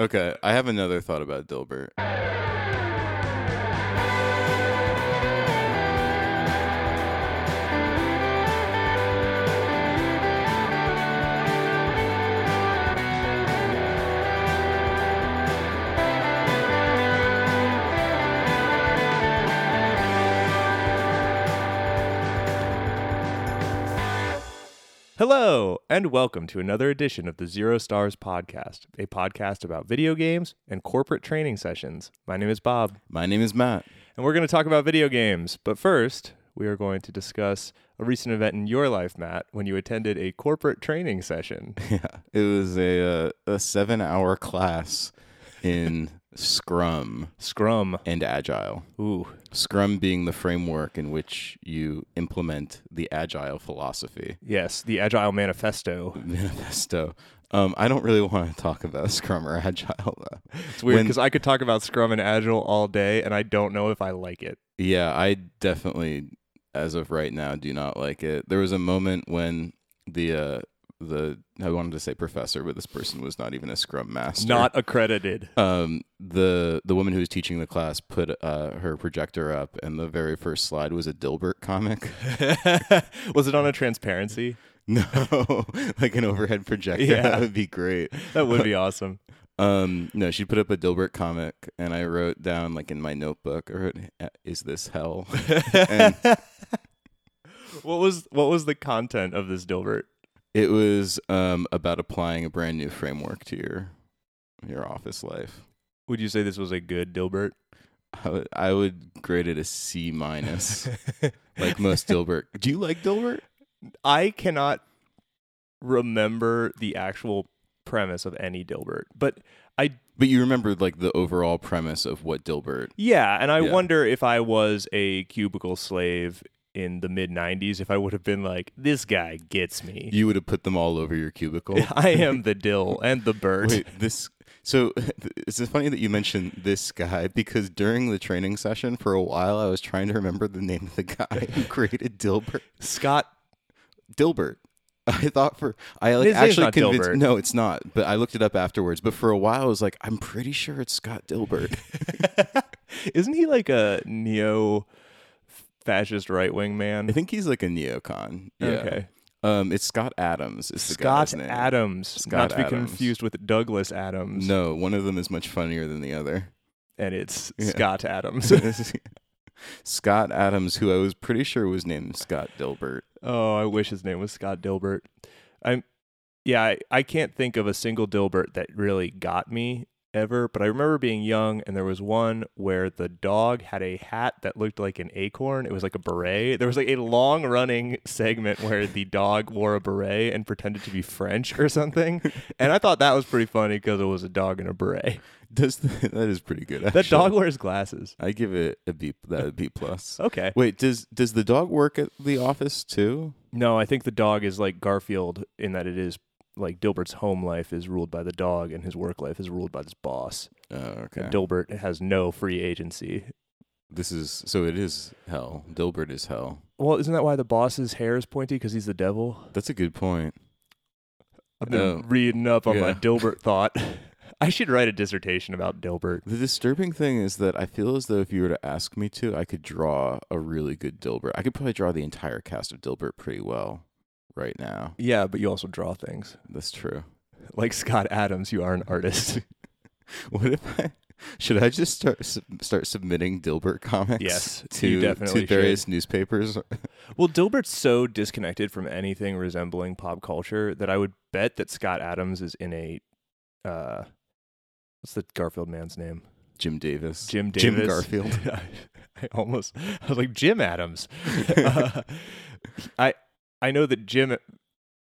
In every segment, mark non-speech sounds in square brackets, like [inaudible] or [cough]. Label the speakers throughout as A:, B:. A: Okay, I have another thought about Dilbert.
B: Hello, and welcome to another edition of the Zero Stars Podcast, a podcast about video games and corporate training sessions. My name is Bob,
A: My name is Matt. [laughs]
B: and we're going to talk about video games. But first, we are going to discuss a recent event in your life, Matt, when you attended a corporate training session. [laughs]
A: Yeah, it was a uh, a seven hour class in Scrum
B: Scrum.
A: and Agile.
B: Ooh,
A: Scrum being the framework in which you implement the Agile philosophy [laughs]
B: yes, the Agile Manifesto.
A: manifesto. Um, I don't really want to talk about [laughs] Scrum or Agile though.
B: It's weird
A: When-
B: because I could talk about Scrum and Agile all day, and I don't know if I like it.
A: Yeah, I definitely, as of right now, do not like it. There was a moment when the uh, the I wanted to say professor, but this person was not even a Scrum master.
B: Not accredited. [laughs]
A: um the the woman who was teaching the class put uh, her projector up, and the very first slide was a Dilbert comic. [laughs]
B: Was it on a transparency?
A: No, [laughs] like an overhead projector.
B: Yeah.
A: That would be great.
B: That would be awesome.
A: Um, no, she put up a Dilbert comic, and I wrote down like in my notebook, I wrote, "Is this hell?" [laughs] and
B: What was what was the content of this Dilbert?
A: It was um, about applying a brand new framework to your your office life.
B: Would you say this was a good Dilbert?
A: I would, I would grade it a C minus, like most Dilbert. Do you like Dilbert?
B: I cannot remember the actual premise of any Dilbert, but I
A: But you remember like the overall premise of what Dilbert.
B: yeah, and I
A: Yeah.
B: wonder if I was a cubicle slave in the mid '90s, if I would have been like, this guy gets me.
A: You would have put them all over your cubicle.
B: [laughs] I am the Dill and the Bert.
A: Wait, this. So [laughs] it's funny that you mentioned this guy because during the training session for a while I was trying to remember the name of the guy who created Dilbert.
B: Scott
A: Dilbert. [laughs] I thought for I like
B: His name's
A: actually
B: not
A: convinced.
B: Dilbert.
A: No, it's not. But I looked it up afterwards. But for a while, I was like, I'm pretty sure it's Scott Dilbert. [laughs]
B: isn't he like a neo fascist right wing man?
A: I think he's like a neocon. Yeah.
B: Okay.
A: Um, it's Scott Adams. Is the
B: Scott
A: guy's name.
B: Adams,
A: Scott
B: not to be
A: Adams.
B: confused with Douglas Adams,
A: No, one of them is much funnier than the other. [laughs]
B: and it's
A: Yeah. [laughs]
B: Scott Adams. [laughs]
A: Scott Adams, who I was pretty sure was named Scott Dilbert.
B: oh, I wish his name was Scott Dilbert. I'm, yeah, I, I can't think of a single Dilbert that really got me ever. But I remember being young, and there was one where the dog had a hat that looked like an acorn. It was like a beret. There was like a long running segment where the dog wore a beret and pretended to be French or something, and I thought that was pretty funny because it was a dog in a beret.
A: Does the, [laughs] that is pretty good.
B: That
A: actually.
B: dog Oh. wears glasses.
A: I give it a B. That would be
B: [laughs]
A: plus.
B: Okay.
A: Wait, does does the dog work at the office too?
B: No, I think the dog is like Garfield in that it is like Dilbert's home life is ruled by the dog and his work life is ruled by his boss.
A: Oh, okay.
B: And Dilbert has no free agency.
A: This is so it is hell. Dilbert is hell.
B: Well, isn't that why the boss's hair is pointy because he's the devil?
A: That's a good point.
B: I've been
A: Oh.
B: reading up on my
A: Yeah.
B: [laughs] Dilbert thought. I should write a dissertation about Dilbert.
A: The disturbing thing is that I feel as though if you were to ask me to, I could draw a really good Dilbert. I could probably draw the entire cast of Dilbert pretty well right now.
B: Yeah, but you also draw things.
A: That's true. [laughs]
B: Like Scott Adams, you are an artist. [laughs]
A: What if I should I just start sub- start submitting Dilbert comics?
B: Yes,
A: to
B: you definitely
A: to various newspapers.
B: Well, Dilbert's so disconnected from anything resembling pop culture that I would bet that Scott Adams is in a uh what's the Garfield man's name?
A: Jim Davis,
B: Jim
A: Jim
B: Davis.
A: Garfield.
B: [laughs] I, I almost I was like
A: [laughs]
B: Jim Adams. [laughs] Uh, I I know that Jim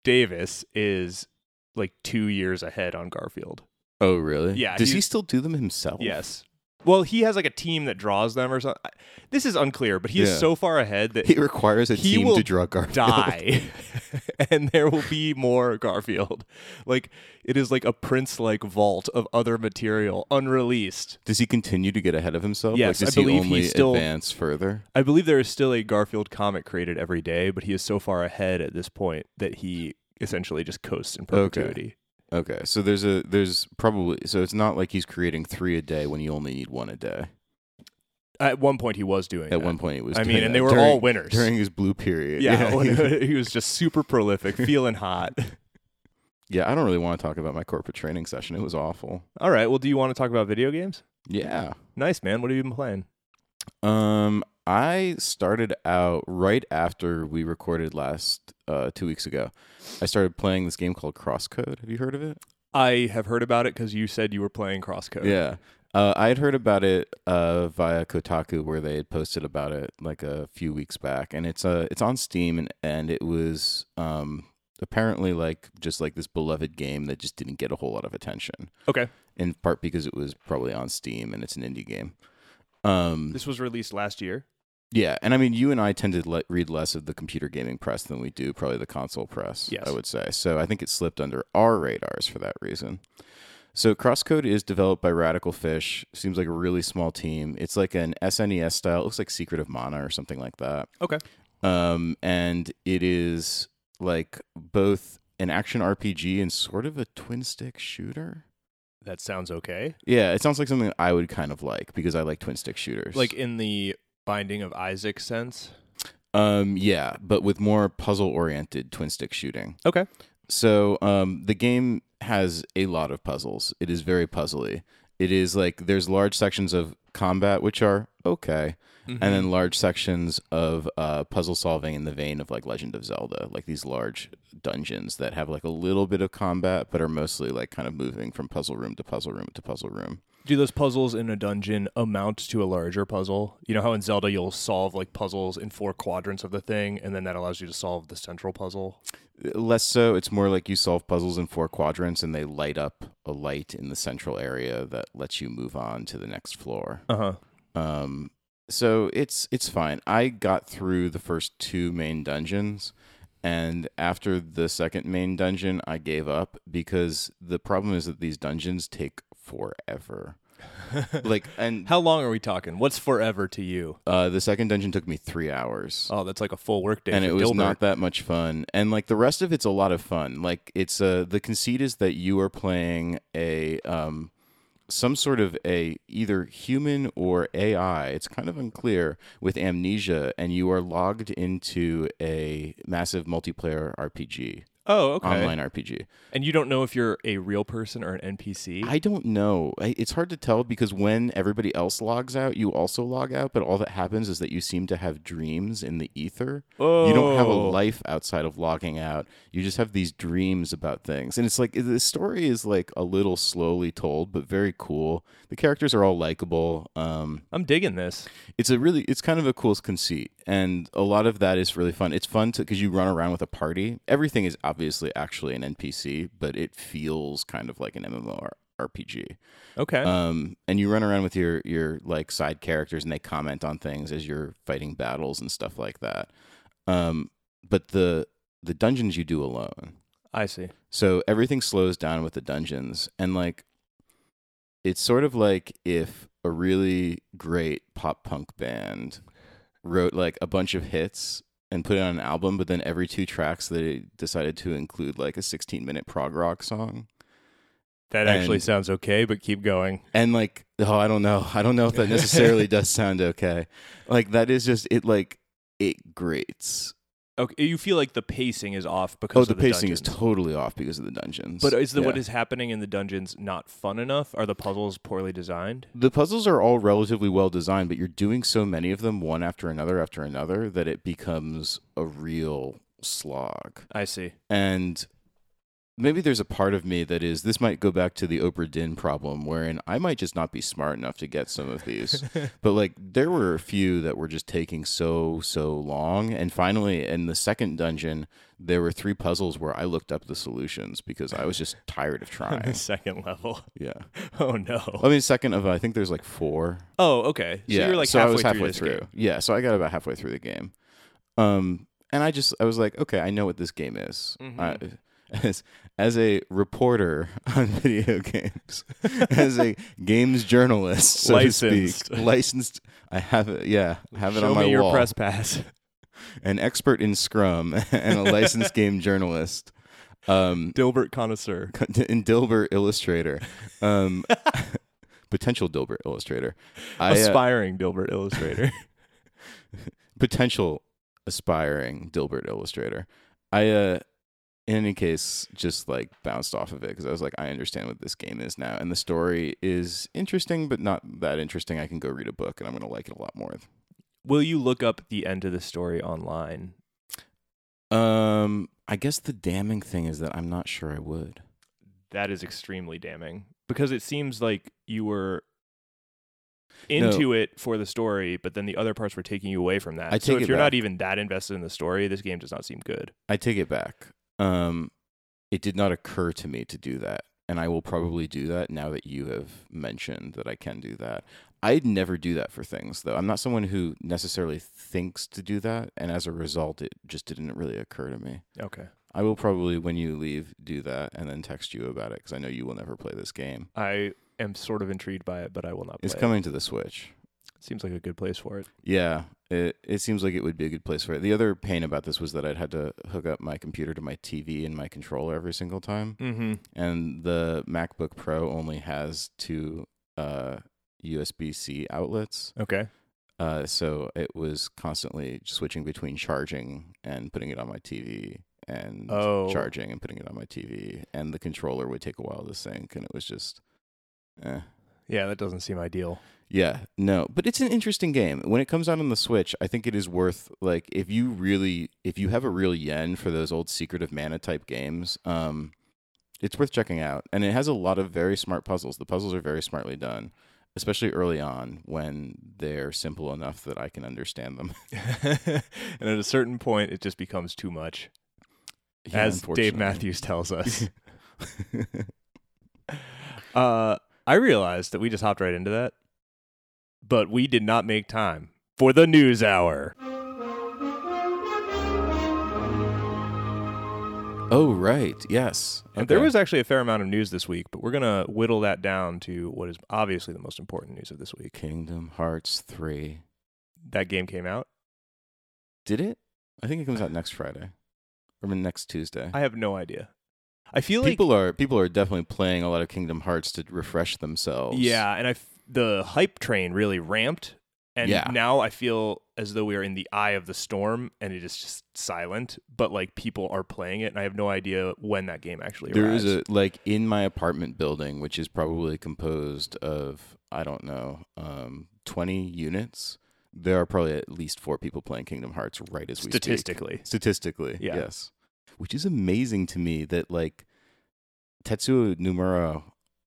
B: Davis is like 2 years ahead on Garfield.
A: Oh, really?
B: Yeah,
A: Does
B: he-
A: he still do them himself?
B: Yes. Well, he has like a team that draws them or something. This is unclear, but he
A: Yeah.
B: is so far ahead that
A: He requires a
B: He
A: team
B: will
A: to draw Garfield.
B: die [laughs] and there will be more garfield like it is like a prince like vault of other material unreleased
A: Does he continue to get ahead of himself?
B: Yes,
A: like, does
B: I
A: he
B: believe he
A: only
B: still-
A: advance further?
B: i believe there is still a garfield comic created every day but he is so far ahead at this point that he essentially just coasts in perpetuity
A: Okay, so there's a there's probably so it's not like he's creating three a day when you only need one a day.
B: At one point, he was doing.
A: At
B: that.
A: one point, it was.
B: I
A: doing
B: mean, and
A: that
B: they were
A: during-
B: all winners.
A: during his blue period.
B: [laughs] yeah,
A: [laughs] yeah.
B: when- he was just
A: [laughs]
B: super prolific, feeling hot.
A: Yeah, I don't really want to talk about my corporate training session. It was awful.
B: All right. Well, do you want to talk about video games?
A: Yeah.
B: Nice, man. What have you been playing?
A: Um, I started out right after we recorded last uh, two weeks ago. I started playing this game called Crosscode. Have you heard of it?
B: I have heard about it because you said you were playing Crosscode.
A: Yeah. Uh, I had heard about it uh, via Kotaku, where they had posted about it like a few weeks back, and it's uh, it's on Steam, and, and it was um, apparently like just like this beloved game that just didn't get a whole lot of attention,
B: Okay.
A: in part because it was probably on Steam and it's an indie game. Um,
B: This was released last year.
A: yeah, and I mean, you and I tend to le- read less of the computer gaming press than we do probably the console press.
B: Yes.
A: I would say so. I think it slipped under our radars for that reason. So Crosscode is developed by Radical Fish. Seems like a really small team. It's like an SNES style. It looks like Secret of Mana or something like that.
B: Okay.
A: Um, and it is like both an action RPG and sort of a twin stick shooter.
B: That sounds okay.
A: Yeah, it sounds like something I would kind of like because I like twin stick shooters.
B: Like in the Binding of Isaac sense.
A: Um, yeah, but with more puzzle oriented twin stick shooting.
B: Okay.
A: So um, the game has a lot of puzzles. It is very puzzly. It is like there's large sections of combat which are okay, and then large sections of uh, puzzle solving in the vein of like Legend of Zelda, like these large dungeons that have like a little bit of combat, but are mostly like kind of moving from puzzle room to puzzle room to puzzle room.
B: Do those puzzles in a dungeon amount to a larger puzzle? You know how in Zelda you'll solve like puzzles in four quadrants of the thing, and then that allows you to solve the central puzzle.
A: less so it's more like you solve puzzles in four quadrants and they light up a light in the central area that lets you move on to the next floor
B: Uh huh.
A: um so it's it's fine i got through the first two main dungeons and after the second main dungeon i gave up because the problem is that these dungeons take forever like and
B: How long are we talking? What's forever to you?
A: uh the second dungeon took me three hours
B: Oh, that's like a full workday.
A: and
B: for
A: it was
B: Dilbert.
A: not that much fun and like the rest of it's a lot of fun like it's uh the conceit is that you are playing a um some sort of a either human or ai it's kind of unclear with amnesia and you are logged into a massive multiplayer rpg
B: Oh, okay.
A: online rpg
B: And you don't know if you're a real person or an NPC.
A: i don't know I, it's hard to tell because when everybody else logs out you also log out but all that happens is that you seem to have dreams in the ether You don't have a
B: Oh.
A: life outside of logging out. You just have these dreams about things. And it's like the story is like a little slowly told, but very cool. The characters are all likable. Um,
B: I'm digging this.
A: it's a really, it's kind of a cool conceit. And a lot of that is really fun. It's fun to, because you run around with a party. Everything is obviously actually an NPC, but it feels kind of like an MMORPG.
B: Okay.
A: Um, and you run around with your your like side characters, and they comment on things as you're fighting battles and stuff like that. Um, but the the dungeons you do alone,
B: I see.
A: so everything slows down with the dungeons, and like it's sort of like if a really great pop punk band wrote like a bunch of hits and put it on an album, but then every two tracks they decided to include like a 16 minute prog rock song.
B: That
A: and-
B: actually sounds okay, but keep going.
A: and like oh i don't know i don't know if that
B: [laughs]
A: necessarily does sound okay like that is just it like it grates
B: Okay, you feel like the pacing is off because
A: oh
B: of
A: the, pacing is
B: dungeons.
A: totally off because of the dungeons
B: But is the,
A: Yeah.
B: what is happening in the dungeons not fun enough? Are the puzzles poorly designed?
A: the puzzles are all relatively well designed but you're doing so many of them one after another after another that it becomes a real slog [laughs]
B: I see.
A: and maybe there's a part of me that is this might go back to the Oprah Din problem wherein I might just not be smart enough to get some of these. but like there were a few that were just taking so so long and finally in the second dungeon there were three puzzles where I looked up the solutions because I was just tired of
B: On the [laughs]
A: trying.
B: second level.
A: yeah.
B: Oh no.
A: I mean second of I think there's like 4
B: Oh, okay. So
A: yeah,
B: you're like
A: so
B: halfway,
A: I was halfway
B: through. this game.
A: Yeah, so I got about halfway through the game, um, and I just I was like, okay, I know what this game is.
B: Mm-hmm.
A: I- [laughs] as as a reporter [laughs] on video games, [laughs] as a games journalist, so
B: Licensed.
A: to speak, licensed, I have it. Yeah, I have it
B: Show
A: on my
B: me your
A: wall. [laughs]
B: press pass. [laughs] [laughs]
A: An expert in Scrum and a licensed game journalist. Um, [laughs]
B: Dilbert connoisseur.
A: in Dilbert Illustrator, um, [laughs] potential Dilbert Illustrator, I, uh,
B: Aspiring Dilbert illustrator.
A: [laughs] potential aspiring Dilbert Illustrator. I, uh, in any case, just like bounced off of it because I was like, I understand what this game is now, and the story is interesting, but not that interesting. I can go read a book, and I'm gonna like it a lot more.
B: [laughs] Will you look up the end of the story online?
A: Um, I guess the damning thing is that I'm not sure I would.
B: That is extremely damning because it seems like you were into it for the story, but then the other parts were taking you away from that.
A: I
B: so
A: take
B: if
A: it
B: you're
A: back.
B: not even that invested in the story, this game does not seem good.
A: I take it back. Um, it did not occur to me to do that, and I will probably do that now that you have mentioned that I can do that. I'd never do that for things, though. I'm not someone who necessarily thinks to do that, and as a result, it just didn't really occur to me.
B: Okay.
A: I will probably, when you leave, do that and then text you about it because I know you will never play this game.
B: I am sort of intrigued by it, but I will not play
A: It's coming to the Switch.
B: it. Seems like a good place for it.
A: Yeah, it it seems like it would be a good place for it. The other pain about this was that I'd had to hook up my computer to my TV and my controller every single time,
B: Mm-hmm.
A: and the MacBook Pro only has two uh, USB C outlets,
B: Okay.
A: uh, so it was constantly switching between charging and putting it on my TV and
B: Oh.
A: charging and putting it on my TV, and the controller would take a while to sync, and it was just. Eh.
B: Yeah, that doesn't seem ideal. [laughs]
A: Yeah, no, but it's an interesting game. When it comes out on the Switch, I think it is worth like if you really if you have a real yen for those old Secret of Mana type games, um it's worth checking out. And it has a lot of very smart puzzles. The puzzles are very smartly done, especially early on when they're simple enough that I can understand them. [laughs]
B: and at a certain point, it just becomes too much,
A: Yeah,
B: as Dave
A: unfortunately.
B: Matthews tells [laughs] us. uh, I realized that we just hopped right into that, but we did not make time for the news hour.
A: [laughs] oh right, yes.
B: And there
A: Okay.
B: was actually a fair amount of news this week, but we're going to whittle that down to what is obviously the most important news of this week.
A: Kingdom Hearts three.
B: That game came out.
A: Did it? I think it comes out next Friday. Or next Tuesday.
B: I have no idea. I feel like
A: people are people are definitely playing a lot of Kingdom Hearts to refresh themselves.
B: Yeah, and I f- the hype train really ramped, and
A: Yeah.
B: now I feel as though we are in the eye of the storm, and it is just silent. But like people are playing it, and I have no idea when that game actually
A: there
B: arrives.
A: is a like in my apartment building, which is probably composed of I don't know, um, twenty units. There are probably at least four people playing Kingdom Hearts right as we speak.
B: statistically.
A: Statistically,
B: Yeah.
A: yes, which is amazing to me that like Tetsuo Numura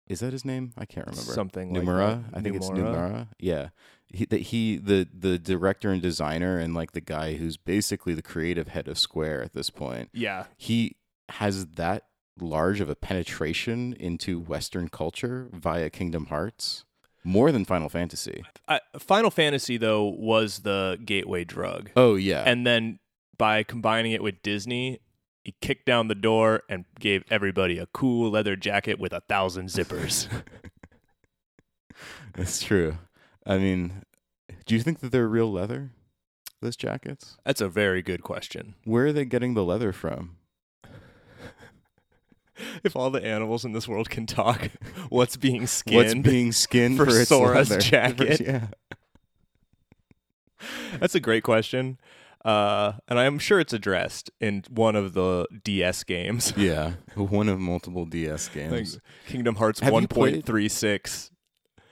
A: is that his name? I can't remember.
B: Something
A: Numura,
B: like that.
A: I think it's
B: Numura.
A: Numura. Yeah, he, that he the the director and designer and like the guy who's basically the creative head of Square at this point.
B: Yeah,
A: He has that large of a penetration into Western culture via Kingdom Hearts, more than Final Fantasy.
B: I, Final Fantasy though was the gateway drug,
A: Oh yeah,
B: and then by combining it with Disney. He kicked down the door and gave everybody a cool leather jacket with a thousand [laughs] zippers.
A: [laughs] that's true. I mean, do you think that they're real leather? Those jackets?
B: That's a very good question.
A: Where are they getting the leather from?
B: If all the animals in this world can talk, [laughs] what's being skinned?
A: What's being skinned
B: for
A: for, its
B: Sora's
A: leather? [laughs]
B: jacket.
A: Yeah.
B: [laughs] That's a great question. Uh, and I'm sure it's addressed in one of the DS games.
A: Yeah, one of multiple DS
B: [laughs] Like
A: games.
B: Kingdom Hearts
A: Have you played-
B: 1.36.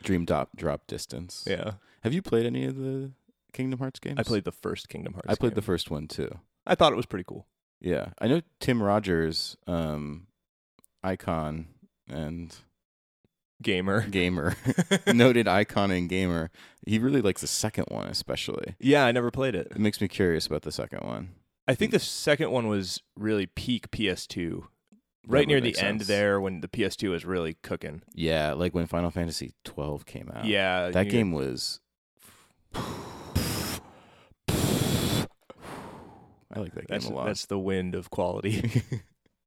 A: Dream Drop Drop Distance.
B: Yeah.
A: Have you played any of the Kingdom Hearts games?
B: I played the first Kingdom Hearts.
A: I played the
B: game.
A: first one too.
B: I thought it was pretty cool.
A: Yeah, I know Tim Rogers, um, icon and [laughs]
B: Gamer.
A: gamer, noted icon and gamer. He really likes the second one especially.
B: Yeah, I never played it.
A: It makes me curious about the second one.
B: I think the second one was really peak PS2. Right
A: would
B: near the
A: make
B: end
A: sense.
B: there when the PS2 was really cooking.
A: Yeah, like when Final Fantasy twelve came out.
B: yeah.
A: Oh. that
B: you-
A: game was. [sighs] I like that game
B: That's,
A: a lot.
B: that's the wind of quality.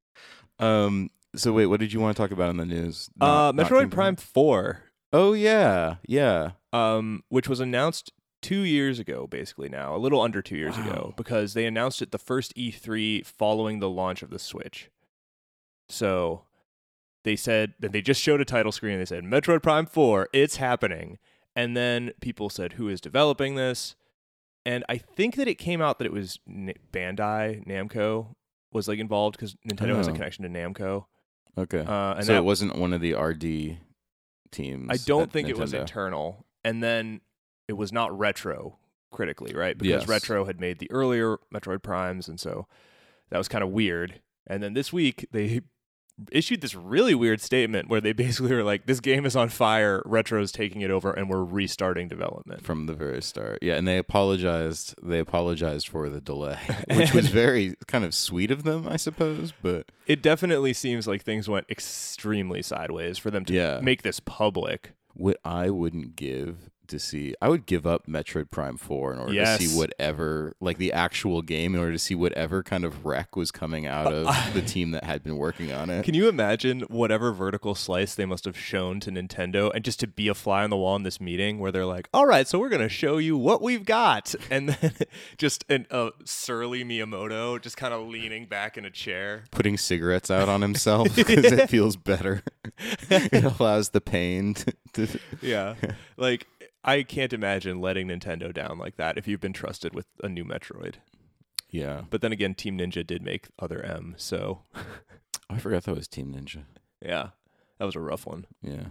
B: [laughs]
A: um. So wait, what did you want to talk about in the news? [laughs]
B: Uh,
A: Not- not
B: Metroid
A: Kingdom
B: Prime
A: Hearts?
B: Four,
A: Oh yeah, yeah.
B: um, which was announced two years ago, basically now a little under two years
A: Wow.
B: E ago, because they announced it the first E3 following the launch of the Switch. So they said that they just showed a title screen. And they said Metroid Prime Four, it's happening. And then people said, who is developing this? And I think that it came out that it was N- Bandai Namco was like involved because Nintendo has a
A: Oh.
B: connection to Namco.
A: Okay.
B: Uh, and
A: so
B: that
A: it wasn't one of the RD teams.
B: I don't
A: at
B: think it was
A: Nintendo.
B: internal. And then it was not retro critically, right? Because
A: Yes.
B: retro had made the earlier Metroid Primes, and so that was kind of weird. And then this week they issued this really weird statement where they basically were like, "This game is on fire. Retro's taking it over, and we're restarting development."
A: from the very start. Yeah, and they apologized. They apologized for the delay, [laughs] which was
B: [laughs] And-
A: very kind of sweet of them, I suppose. But
B: It definitely seems like things went extremely sideways for them to
A: Yeah.
B: make this public.
A: what I wouldn't give to see, I would give up Metroid Prime Four in order
B: Yes.
A: to see whatever, like the actual game, in order to see whatever kind of wreck was coming out of the team that had been working on it.
B: Uh, Can you imagine whatever vertical slice they must have shown to Nintendo and just to be a fly on the wall in this meeting where they're like, all right, so we're going to show you what we've got. [laughs] And then just an, a surly Miyamoto just kind of leaning back in a chair.
A: Putting cigarettes out on
B: [laughs]
A: himself because it feels better. [laughs] it allows the pain to, to
B: Yeah. [laughs] like, I can't imagine letting Nintendo down like that if you've been trusted with a new Metroid.
A: yeah.
B: But then again, Team Ninja did make Other M. So,
A: I forgot that was Team Ninja.
B: yeah, that was a rough one.
A: Yeah,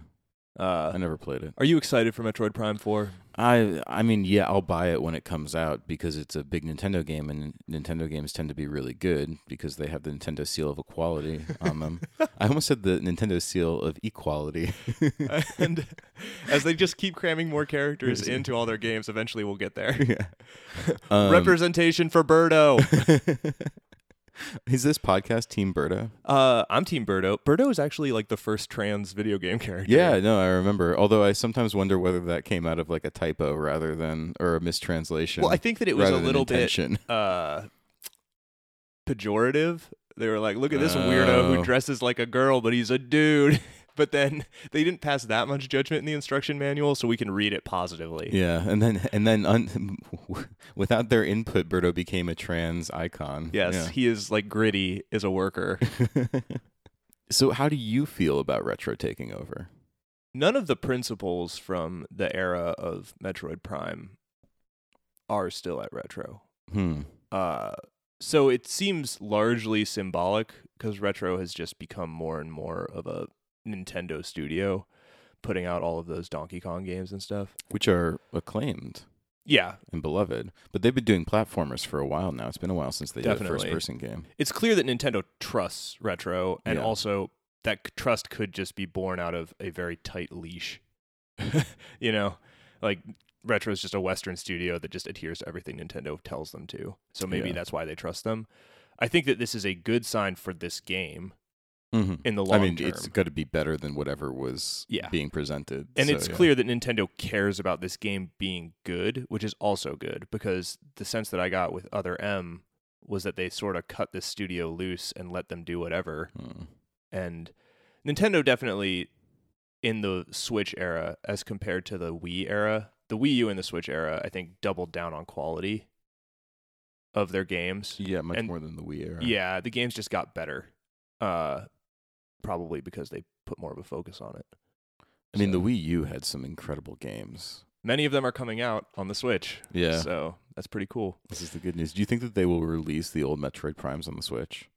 A: I
B: Uh,
A: never played it.
B: are you excited for Metroid Prime 4?
A: I I mean, yeah, I'll buy it when it comes out because it's a big Nintendo game, and Nintendo games tend to be really good because they have the Nintendo seal of equality on
B: [laughs]
A: them. I almost said the Nintendo seal of equality. [laughs]
B: [laughs] and as they just keep cramming more characters into all their games, eventually we'll get there.
A: [laughs] Um,
B: Representation for Birdo.
A: [laughs] is this podcast Team Berta?
B: uh, I'm Team Birdo. Birdo is actually like the first trans video game character.
A: Yeah, no, I remember. Although I sometimes wonder whether that came out of like a typo rather than or a mistranslation.
B: Well, I think that it was
A: rather
B: a
A: than
B: little bit [laughs]
A: intention. [laughs]
B: uh, pejorative. They were like, look at this weirdo
A: Oh.
B: who dresses like a girl, but he's a dude. [laughs] But then they didn't pass that much judgment in the instruction manual, so we can read it positively.
A: Yeah, and then and then un- [laughs] without their input, Berto became a trans icon.
B: Yes,
A: Yeah.
B: he is like gritty, is a worker.
A: [laughs] So, how do you feel about retro taking over?
B: none of the principles from the era of Metroid Prime are still at Retro.
A: Hmm.
B: Uh, so it seems largely symbolic because Retro has just become more and more of a Nintendo studio, putting out all of those Donkey Kong games and stuff.
A: Which are acclaimed
B: Yeah,
A: and beloved, but they've been doing platformers for a while now. It's been a while since they did a
B: Definitely.
A: first-person game.
B: it's clear that Nintendo trusts Retro, and
A: Yeah.
B: also that c- trust could just be born out of a very tight leash. [laughs] you know, like Retro is just a Western studio that just adheres to everything Nintendo tells them to. So maybe
A: Yeah.
B: that's why they trust them. I think that this is a good sign for this game
A: Mm-hmm.
B: in the long
A: I mean,
B: term.
A: it's got to be better than whatever was
B: Yeah.
A: being presented.
B: and
A: so,
B: it's
A: yeah.
B: clear that Nintendo cares about this game being good, which is also good because the sense that I got with Other M was that they sort of cut this studio loose and let them do whatever.
A: Hmm.
B: and Nintendo definitely in the Switch era as compared to the Wii era. The Wii U and the Switch era, I think, doubled down on quality of their games.
A: Yeah, much
B: and-
A: more than the Wii era.
B: Yeah, the games just got better. Uh probably because they put more of a focus on it.
A: I mean,
B: So-
A: the Wii U had some incredible games.
B: many of them are coming out on the Switch.
A: Yeah,
B: So that's pretty cool.
A: this is the good news. Do you think that they will release the old Metroid Primes on the Switch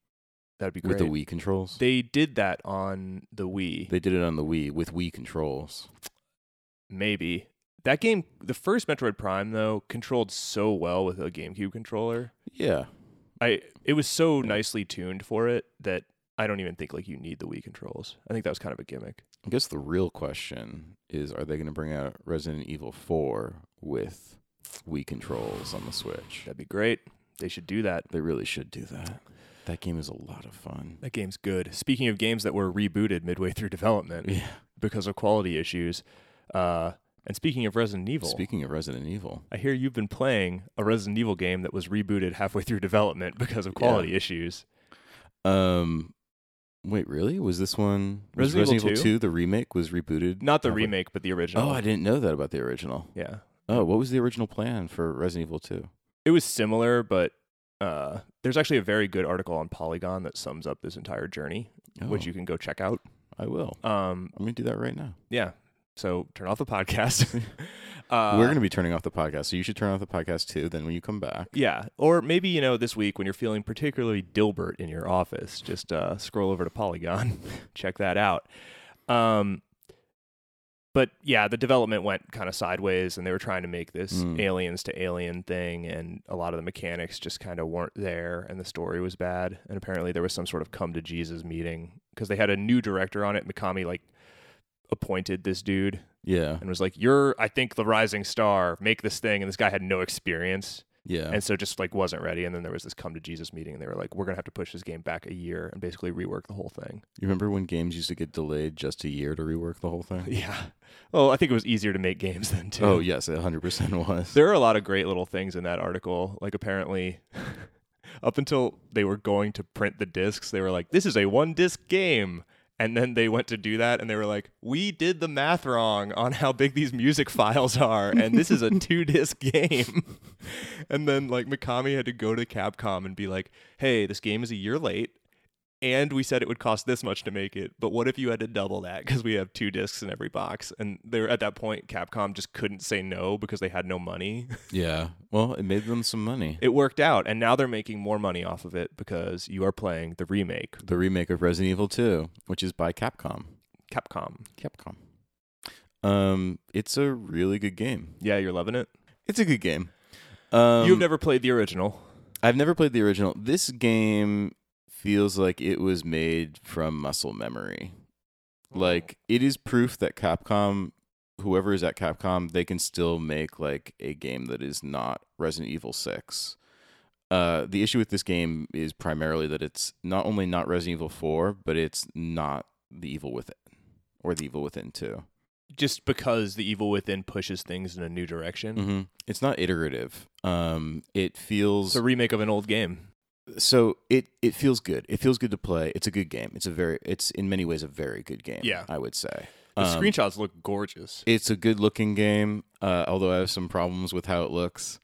B: That'd be great.
A: with the Wii controls?
B: They did that on the Wii.
A: They did it on the Wii with Wii controls.
B: maybe. That game, the first Metroid Prime though, controlled so well with a GameCube controller.
A: Yeah.
B: I it was so nicely tuned for it that I don't even think like you need the Wii controls. I think that was kind of a gimmick.
A: I guess the real question is are they going to bring out Resident Evil 4 with Wii controls on the Switch?
B: That'd be great. They should do that.
A: They really should do that. That game is a lot of fun.
B: That game's good. Speaking of games that were rebooted midway through development
A: Yeah.
B: because of quality issues, uh, and speaking of Resident Evil,
A: Speaking of Resident Evil,
B: I hear you've been playing a Resident Evil game that was rebooted halfway through development [laughs] because of quality issues.
A: um wait, really? Was this one was
B: Resident Evil
A: Resident Evil
B: 2?
A: 2 the remake was rebooted?
B: Not the
A: halfway-
B: remake, but the original.
A: Oh, I didn't know that about the original.
B: yeah.
A: Oh, what was the original plan for Resident Evil 2?
B: it was similar, but uh, there's actually a very good article on Polygon that sums up this entire journey. which
A: Oh,
B: you can go check out.
A: I will.
B: Um,
A: I'm gonna do that right now.
B: yeah. So turn off the podcast. [laughs] uh,
A: We're gonna be turning off the podcast, so you should turn off the podcast too. Then when you come back,
B: Yeah, or maybe you know this week when you're feeling particularly Dilbert in your office, just uh, scroll over to Polygon, [laughs] check that out. Um, but yeah, the development went kind of sideways, and they were trying to make this
A: Mm.
B: aliens to alien thing, and a lot of the mechanics just kind of weren't there, and the story was bad. And apparently, there was some sort of come to Jesus meeting because they had a new director on it. Mikami like appointed this dude
A: yeah,
B: and was like, "You're, I think, the rising star. Make this thing." And this guy had no experience
A: yeah,
B: and so just like wasn't ready and then there was this come to jesus meeting and they were like we're gonna have to push this game back a year and basically rework the whole thing
A: You remember when games used to get delayed just a year to rework the whole thing?
B: [laughs] yeah well i think it was easier to make games then too
A: Oh yes, it hundred percent was.
B: there are a lot of great little things in that article like apparently [laughs] up until they were going to print the discs they were like this is a one disc game and then they went to do that and they were like we did the math wrong on how big these music [laughs] files are and this [laughs] is a two disc game [laughs] and then like mikami had to go to capcom and be like hey this game is a year late and we said it would cost this much to make it but what if you had to double that because we have two discs in every box and they were at that point capcom just couldn't say no because they had no money [laughs]
A: yeah. Well, it made them some money.
B: it worked out and now they're making more money off of it because you are playing the remake
A: The remake of Resident Evil 2, which is by Capcom.
B: capcom
A: Capcom. Um, it's a really good game.
B: yeah you're loving it
A: It's a good game. Um,
B: you've never played the original
A: I've never played the original. This game feels like it was made from muscle memory. Like it is proof that Capcom, whoever is at Capcom, they can still make like a game that is not Resident Evil Six. Uh, the issue with this game is primarily that it's not only not Resident Evil Four, but it's not the Evil Within or the Evil Within 2
B: just because the evil within pushes things in a new direction
A: Mm-hmm. It's not iterative. Um, it feels
B: it's a remake of an old game
A: so it it feels good. It feels good to play. It's a good game. It's a very it's in many ways a very good game.
B: Yeah.
A: I would say.
B: the
A: Um,
B: screenshots look gorgeous
A: It's a good looking game. Uh, although I have some problems with how it looks.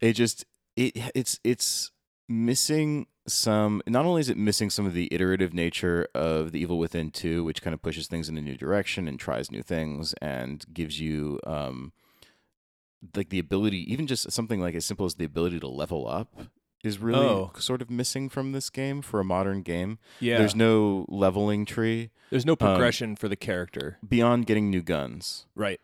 A: It just it it's it's missing some. Not only is it missing some of the iterative nature of the Evil Within Two, which kind of pushes things in a new direction and tries new things and gives you um like the ability, even just something like as simple as the ability to level up. Is really
B: Oh.
A: sort of missing from this game for a modern game.
B: yeah
A: There's no leveling tree
B: there's no
A: um,
B: progression for the character
A: beyond getting new guns.
B: right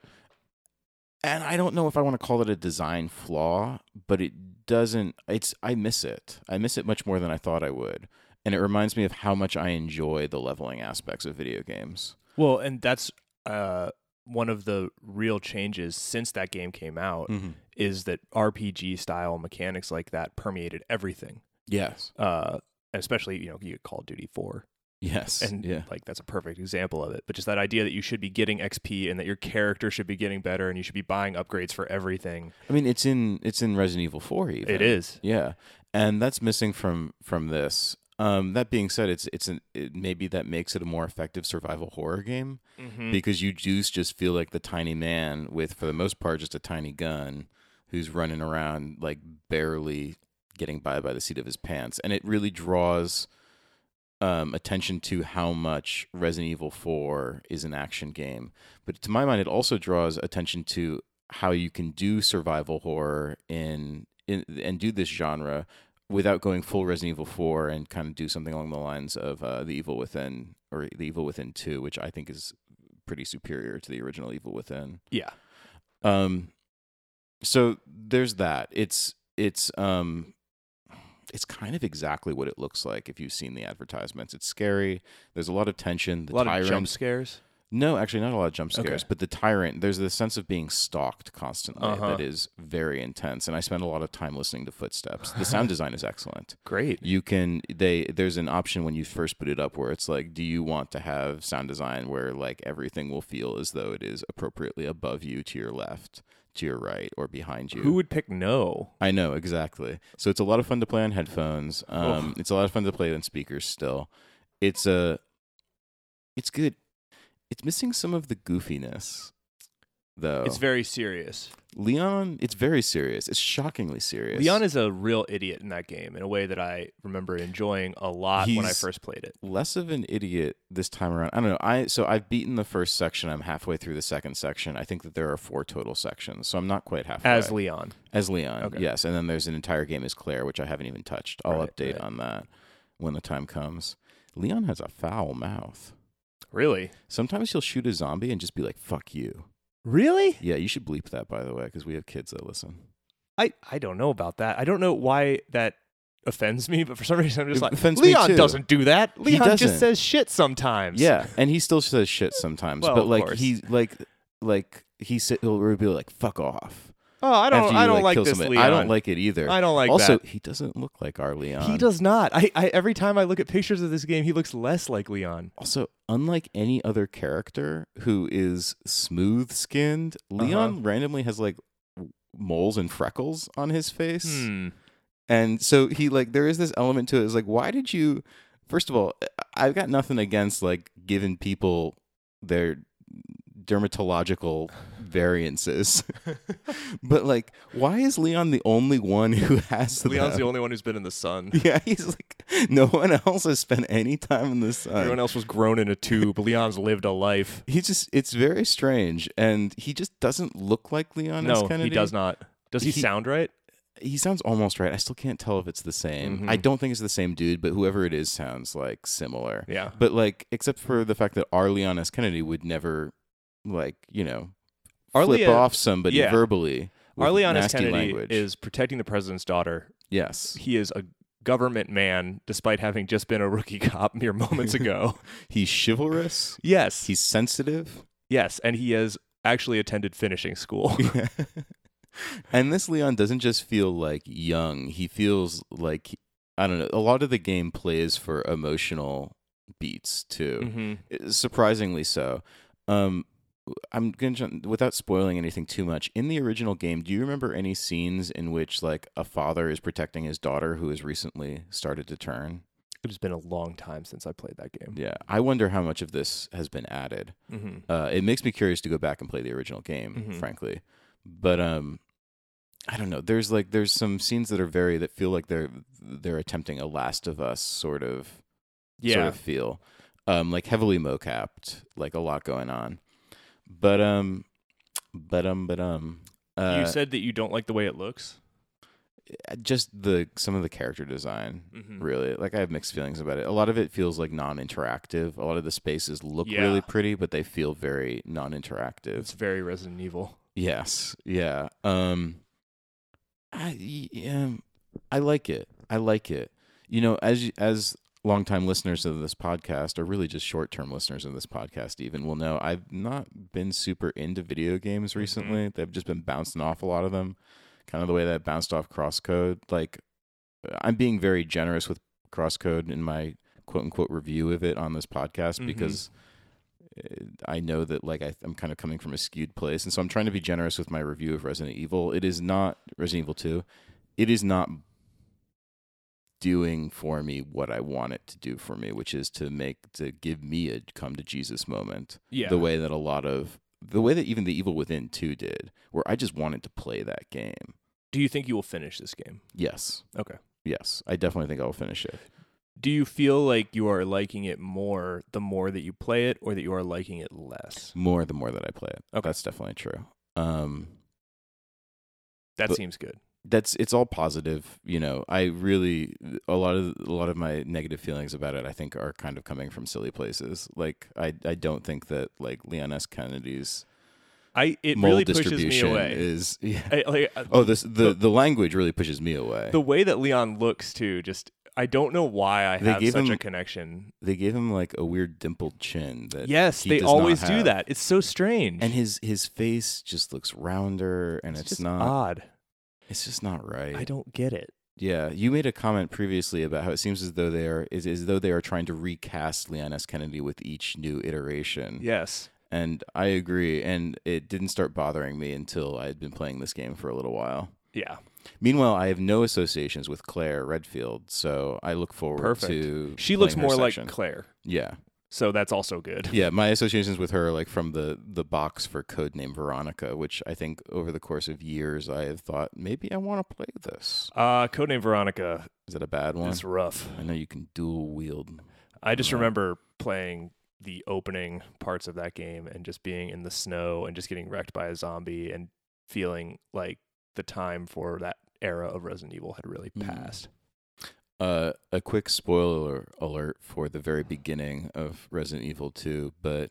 A: And I don't know if I want to call it a design flaw, but it doesn't it's I miss it. I miss it much more than I thought I would. And it reminds me of how much I enjoy the leveling aspects of video games.
B: Well, and that's uh, one of the real changes since that game came out
A: Mm.
B: is that RPG style mechanics like that permeated everything.
A: Yes.
B: Uh, and especially, you know, you get Call of Duty 4,
A: Yes.
B: and
A: yeah.
B: like that's a perfect example of it. But just that idea that you should be getting XP and that your character should be getting better and you should be buying upgrades for everything.
A: I mean it's in it's in Resident Evil 4 even.
B: It is.
A: Yeah, and that's missing from from this. Um, that being said, it's it's an it, maybe that makes it a more effective survival horror game
B: Mm-hmm.
A: because you do just feel like the tiny man with, for the most part, just a tiny gun who's running around like barely getting by by the seat of his pants, and it really draws um, attention to how much Resident Evil Four is an action game. But to my mind, it also draws attention to how you can do survival horror in, in and do this genre without going full Resident Evil 4 and kind of do something along the lines of uh, The Evil Within or The Evil Within 2, which I think is pretty superior to the original Evil Within.
B: Yeah.
A: Um, so there's that. It's it's um, it's kind of exactly what it looks like if you've seen the advertisements. It's scary. There's a lot of tension. The
B: a lot
A: tyrant,
B: of jump scares.
A: no, actually, not a lot of jump scares,
B: Okay.
A: but the tyrant, there's this sense of being stalked constantly
B: Uh-huh.
A: that is very intense. And I spend a lot of time listening to footsteps. The sound design is excellent.
B: Great.
A: You can, they, there's an option when you first boot it up where it's like, do you want to have sound design where like everything will feel as though it is appropriately above you, to your left, to your right, or behind you?
B: Who would pick no?
A: I know exactly. So it's a lot of fun to play on headphones. Um, it's a lot of fun to play on speakers. Still, it's a, it's good. It's missing some of the goofiness, though.
B: It's very serious.
A: Leon, it's very serious. It's shockingly serious.
B: Leon is a real idiot in that game in a way that I remember enjoying a lot when I
A: He's-
B: first played it.
A: less of an idiot this time around. I don't know. I so I've beaten the first section. I'm halfway through the second section. I think that there are four total sections, so I'm not quite halfway.
B: As Leon,
A: As Leon,
B: Okay.
A: yes. And then there's an entire game as Claire, which I haven't even touched. I'll
B: Right,
A: update
B: right.
A: on that when the time comes. Leon has a foul mouth.
B: really,
A: Sometimes he'll shoot a zombie and just be like, "Fuck you."
B: really.
A: Yeah, you should bleep that by the way, because we have kids that listen.
B: I I don't know about that. I don't know why that offends me, but for some reason I'm just
A: It
B: like
A: offends me
B: Leon
A: too.
B: doesn't do that.
A: He
B: Leon just
A: doesn't.
B: says shit sometimes.
A: Yeah, and he still says shit sometimes,
B: Well,
A: but
B: of
A: like
B: course.
A: he like like he said he'll be like, "Fuck off."
B: Oh, I don't
A: after you,
B: I don't like,
A: kill
B: this
A: somebody.
B: Leon.
A: I don't like it either.
B: I don't like
A: also,
B: that.
A: he doesn't look like our Leon.
B: He does not. I, I every time I look at pictures of this game, he looks less like Leon.
A: Also, unlike any other character who is smooth skinned,
B: Uh-huh.
A: Leon randomly has like moles and freckles on his face.
B: Hmm.
A: And so he like there is this element to it. It's like, why did you first of all, I- I've got nothing against like giving people their dermatological
B: [laughs]
A: variances. [laughs] but like, why is Leon the only one who has
B: Leon's
A: them?
B: the only one who's been in
A: [laughs]
B: the sun.
A: Yeah, he's like no one else has spent any time in the sun.
B: Everyone else was grown in a tube. Leon's lived a life.
A: He just it's very strange and he just doesn't look like Leon S.
B: No,
A: Kennedy.
B: he does not. Does he,
A: He-
B: sound right?
A: He sounds almost right. I still can't tell if it's the same.
B: Mhm.
A: I don't think it's the same dude, but whoever it is sounds like similar.
B: Yeah.
A: But like except for the fact that our Leon S. Kennedy would never like, you know,
B: Our
A: flip
B: Leon-
A: off somebody
B: yeah.
A: verbally. with
B: Our Leon S.
A: nasty
B: Kennedy
A: language.
B: is protecting the president's daughter.
A: Yes.
B: He is a government man, despite having just been a rookie [laughs] cop mere moments ago.
A: He's chivalrous.
B: [laughs] yes.
A: He's sensitive.
B: yes. And he has actually attended finishing school.
A: [laughs] and this Leon doesn't just feel like young. He feels like I don't know. A lot of the game plays for emotional beats too,
B: [laughs]
A: Uh,
B: mm-hmm.
A: surprisingly so. Um, I'm gonna jump, without spoiling anything too much. In the original game, do you remember any scenes in which like a father is protecting his daughter who has recently started to turn?
B: It's been a long time since I played that game.
A: Yeah, I wonder how much of this has been added.
B: Mm-hmm.
A: uh, it makes me curious to go back and play the original game,
B: Mhm.
A: frankly. But um, I don't know. There's like there's some scenes that are very that feel like they're they're attempting a Last of Us sort of
B: Yeah.
A: sort of feel, um, like heavily mocapped, like a lot going on. But um, but um, but um, uh,
B: you said that you don't like the way it looks.
A: just the some of the character design.
B: Mm-hmm.
A: Really, like I have mixed feelings about it. A lot of it feels like non-interactive. A lot of the spaces look
B: Yeah.
A: really pretty, but they feel very non-interactive.
B: It's very Resident Evil.
A: Yes. Yeah. Um I y- yeah, I like it. I like it. You know, as you- as longtime listeners of this podcast or really just short-term listeners of this podcast even will know I've not been super into video games recently. They've just been bouncing off a lot of them. Kind of the way that I bounced off Crosscode. Like I'm being very generous with Crosscode in my quote unquote review of it on this podcast
B: Mhm.
A: because uh, I know that like I, I'm kind of coming from a skewed place, and so I'm trying to be generous with my review of Resident Evil. It is not Resident Evil Two. It is not doing for me what I want it to do for me, which is to make to give me a come to Jesus moment
B: Yeah.
A: the way that a lot of the way that even the Evil Within Two did, where I just wanted to play that game.
B: Do you think you will finish this game?
A: Yes,
B: Okay.
A: yes, I definitely think I will finish it.
B: Do you feel like you are liking it more the more that you play it or that you are liking it less?
A: more the more that I play it.
B: Okay.
A: That's definitely true. Um
B: That
A: But-
B: seems good.
A: that's it's all positive, you know. I really a lot of a lot of my negative feelings about it I think are kind of coming from silly places. Like I I don't think that like Leon S. Kennedy's
B: I it
A: mole
B: really pushes me
A: distribution
B: away.
A: is [laughs] yeah.
B: I, like, uh,
A: Oh, this the, the language really pushes me away.
B: the way that Leon looks too, just I don't know why I
A: They
B: have
A: gave
B: such a
A: him-
B: connection.
A: they gave him like a weird dimpled chin that
B: Yes,
A: he
B: they
A: does not
B: always do
A: have.
B: that. It's so strange.
A: And his his face just looks rounder and it's,
B: just
A: not
B: odd.
A: it's just not right.
B: I don't get it.
A: Yeah, you made a comment previously about how it seems as though they are is as though they are trying to recast Leon S. Kennedy with each new iteration.
B: Yes.
A: And I agree, and it didn't start bothering me until I had been playing this game for a little while.
B: Yeah.
A: Meanwhile, I have no associations with Claire Redfield, so I look forward
B: Perfect.
A: to
B: She looks
A: playing her
B: more like
A: section.
B: Claire.
A: Yeah.
B: So that's also good.
A: Yeah, my associations with her are like from the the box for Codename Veronica, which I think over the course of years I have thought maybe I want to play this.
B: Uh, Codename Veronica
A: Is that a bad one?
B: is rough.
A: I know you can dual wield.
B: I just
A: Right.
B: remember playing the opening parts of that game and just being in the snow and just getting wrecked by a zombie and feeling like the time for that era of Resident Evil had really
A: Mm.
B: passed.
A: Uh, a quick spoiler alert for the very beginning of Resident Evil 2, but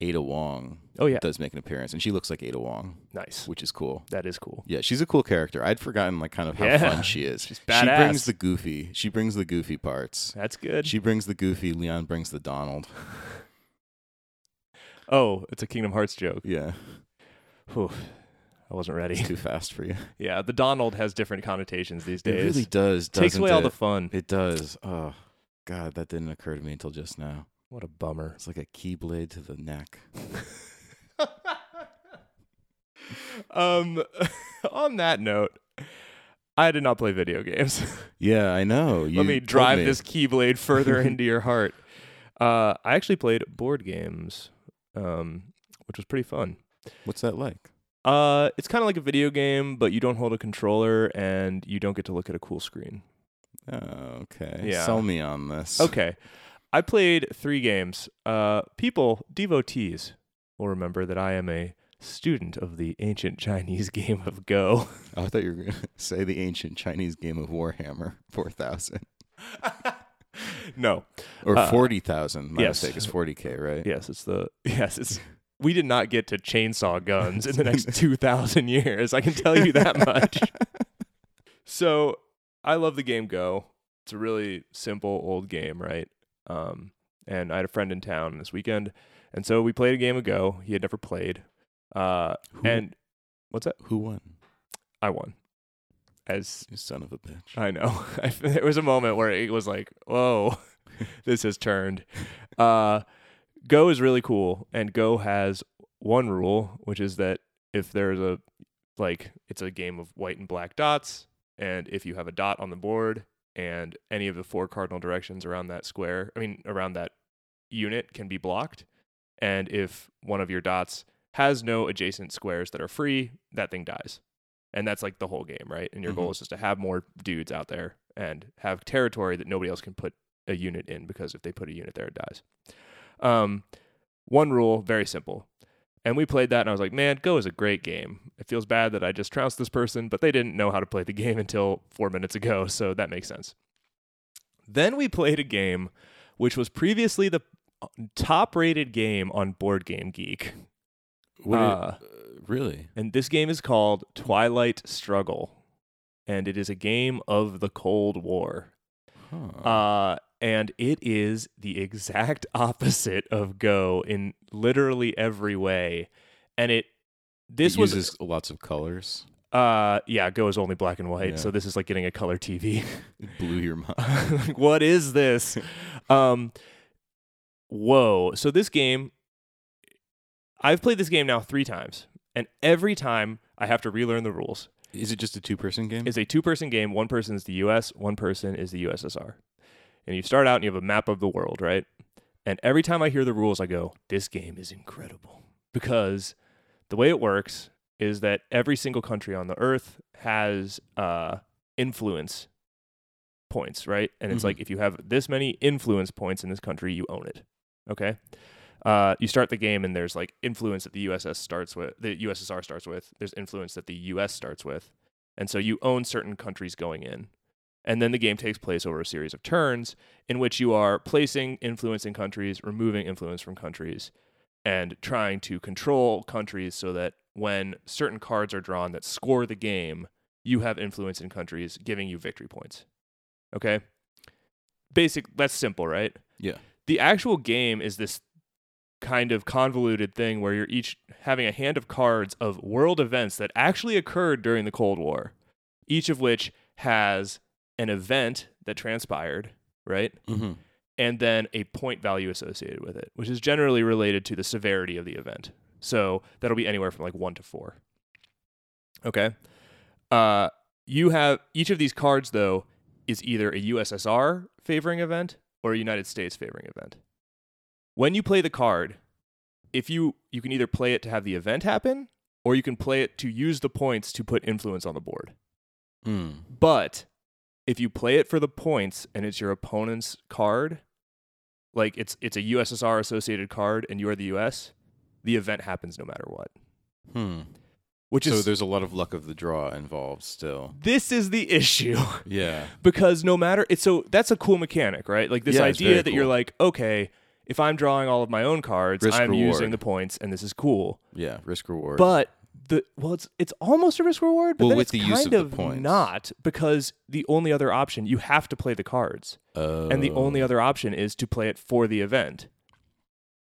A: Ada Wong
B: Oh yeah,
A: does make an appearance, and she looks like Ada Wong,
B: nice.
A: which is cool.
B: That is cool.
A: Yeah, she's a cool character. I'd forgotten like kind of how
B: Yeah.
A: fun she is.
B: [laughs] She's
A: She
B: badass.
A: brings the goofy. She brings the goofy parts.
B: That's good.
A: She brings the goofy. Leon brings the Donald. [laughs]
B: oh, it's a Kingdom Hearts joke.
A: Yeah,
B: Whew. I wasn't ready.
A: [laughs] it's too fast for
B: [laughs]
A: you.
B: yeah, the Donald has different connotations these
A: It
B: days.
A: really does.
B: Takes
A: doesn't
B: away all the
A: it?
B: fun.
A: It does. Oh, God, that didn't occur to me until just now.
B: What a bummer.
A: It's like a keyblade to the neck.
B: [laughs] um, on that note, I did not play video games. [laughs]
A: Yeah, I know. You
B: Let me
A: told
B: drive
A: me.
B: this keyblade
A: [laughs]
B: further into your heart. Uh, I actually played board games, um, which was pretty fun.
A: What's that like?
B: Uh, it's kind of like a video game, but you don't hold a controller and you don't get to look at a
A: [laughs]
B: cool screen.
A: Oh, okay.
B: Yeah.
A: Sell me on this.
B: Okay. I played three games. Uh, people, devotees, will remember that I am a student of the ancient Chinese [laughs] game of Go.
A: Oh, I thought you were going to [laughs] say the ancient Chinese game of Warhammer [laughs] 4000
B: no.
A: or
B: Uh,
A: 40,000. My
B: yes.
A: mistake is 40K, right?
B: Yes, it's the. [laughs] Yes, it's. We did not get to chainsaw guns in the next 2,000 years. I can tell you that much. So I love the game Go. It's a really simple old game, right? Um, and I had a friend in town this weekend, and so we played a game of Go. He had never played, uh,
A: Who,
B: and what's that?
A: who won?
B: I won. As
A: You son of a bitch.
B: I know, [laughs] I, there was a moment where it was like, "Whoa, [laughs] this has turned." Uh, Go is really cool, and Go has one rule, which is that if there's a like, it's a game of white and black dots, and if you have a dot on the board and any of the four cardinal directions around that square, I mean, around that unit can be blocked, and if one of your dots has no adjacent squares that are free, that thing dies. And that's like the whole game, right? And your goal
A: Mhm.
B: is just to have more dudes out there and have territory that nobody else can put a unit in because if they put a unit there, it dies. Um, one rule, very simple. And we played that, and I was like, man, Go is a great game. It feels bad that I just trounced this person, but they didn't know how to play the [laughs] game until four minutes ago, so that makes sense. Then we played a game which was previously the uh, top rated game on Board Game Geek.
A: What
B: Uh,
A: did- uh, really?
B: And this game is called Twilight Struggle, and it is a game of the Cold War.
A: Huh.
B: Uh, and it is the exact [laughs] opposite of Go in literally every way. And it this
A: it
B: was
A: uses lots of colors.
B: uh yeah, Go is only black and white,
A: Yeah.
B: so this is like getting a color TV.
A: It blew your
B: Uh,
A: mind.
B: [laughs] Like, what
A: [laughs]
B: is this? Um, whoa. So this game, I've played this game now three times, and every time I have to relearn the rules.
A: Is it just a two-person game?
B: It's a two-person game. One person is the U.S., one person is the USSR, and you start out and you have a map of the world, right? And every time I hear the rules, I go, "This game is incredible," because the way it works is that every single country on the earth has uh, influence points, right? And it's
A: Mhm.
B: like if you have this many influence points in this country, you own it. Okay. Uh, you start the game and there's like influence that the USS starts with, the USSR starts with. There's influence that the US starts with, and so you own certain countries going in. And then the game takes place over a series of turns in which you are placing influence in countries, removing influence from countries, and trying to control countries so that when certain cards are drawn that score the game, you have influence in countries, giving you victory points. Okay? Basic, that's simple, right?
A: Yeah.
B: The actual game is this kind of convoluted thing where you're each having a hand of cards of world events that actually occurred during the Cold War, each of which has an event that transpired, right?
A: mm-hmm.
B: and then a point value associated with it, which is generally related to the severity of the event. So that'll be anywhere from like one to four. Okay. Uh, you have each of these cards, though, is either a USSR favoring event or a United States favoring event. when you play the card, if you you can either play it to have the event happen or you can play it to use the points to put influence on the board.
A: Mm.
B: But if you play it for the points and it's your opponent's card, like it's it's a USSR associated card and you are the US, the event happens no matter what.
A: Hmm.
B: Which
A: so
B: is
A: there's a lot of luck of the draw involved still.
B: this is the issue. [laughs]
A: Yeah.
B: because no matter it's so that's a cool mechanic, right? Like this
A: Yeah, it's
B: idea
A: very
B: that you're
A: cool.
B: like, okay, if I'm drawing all of my own cards,
A: Risk
B: I'm using
A: reward.
B: the points and this is cool.
A: Yeah. Risk reward.
B: But the well, it's it's almost a risk reward, but
A: Well,
B: then
A: with
B: it's
A: the
B: kind
A: use of the
B: of
A: points.
B: not because the only other option you have to play the cards,
A: Oh.
B: and the only other option is to play it for the event.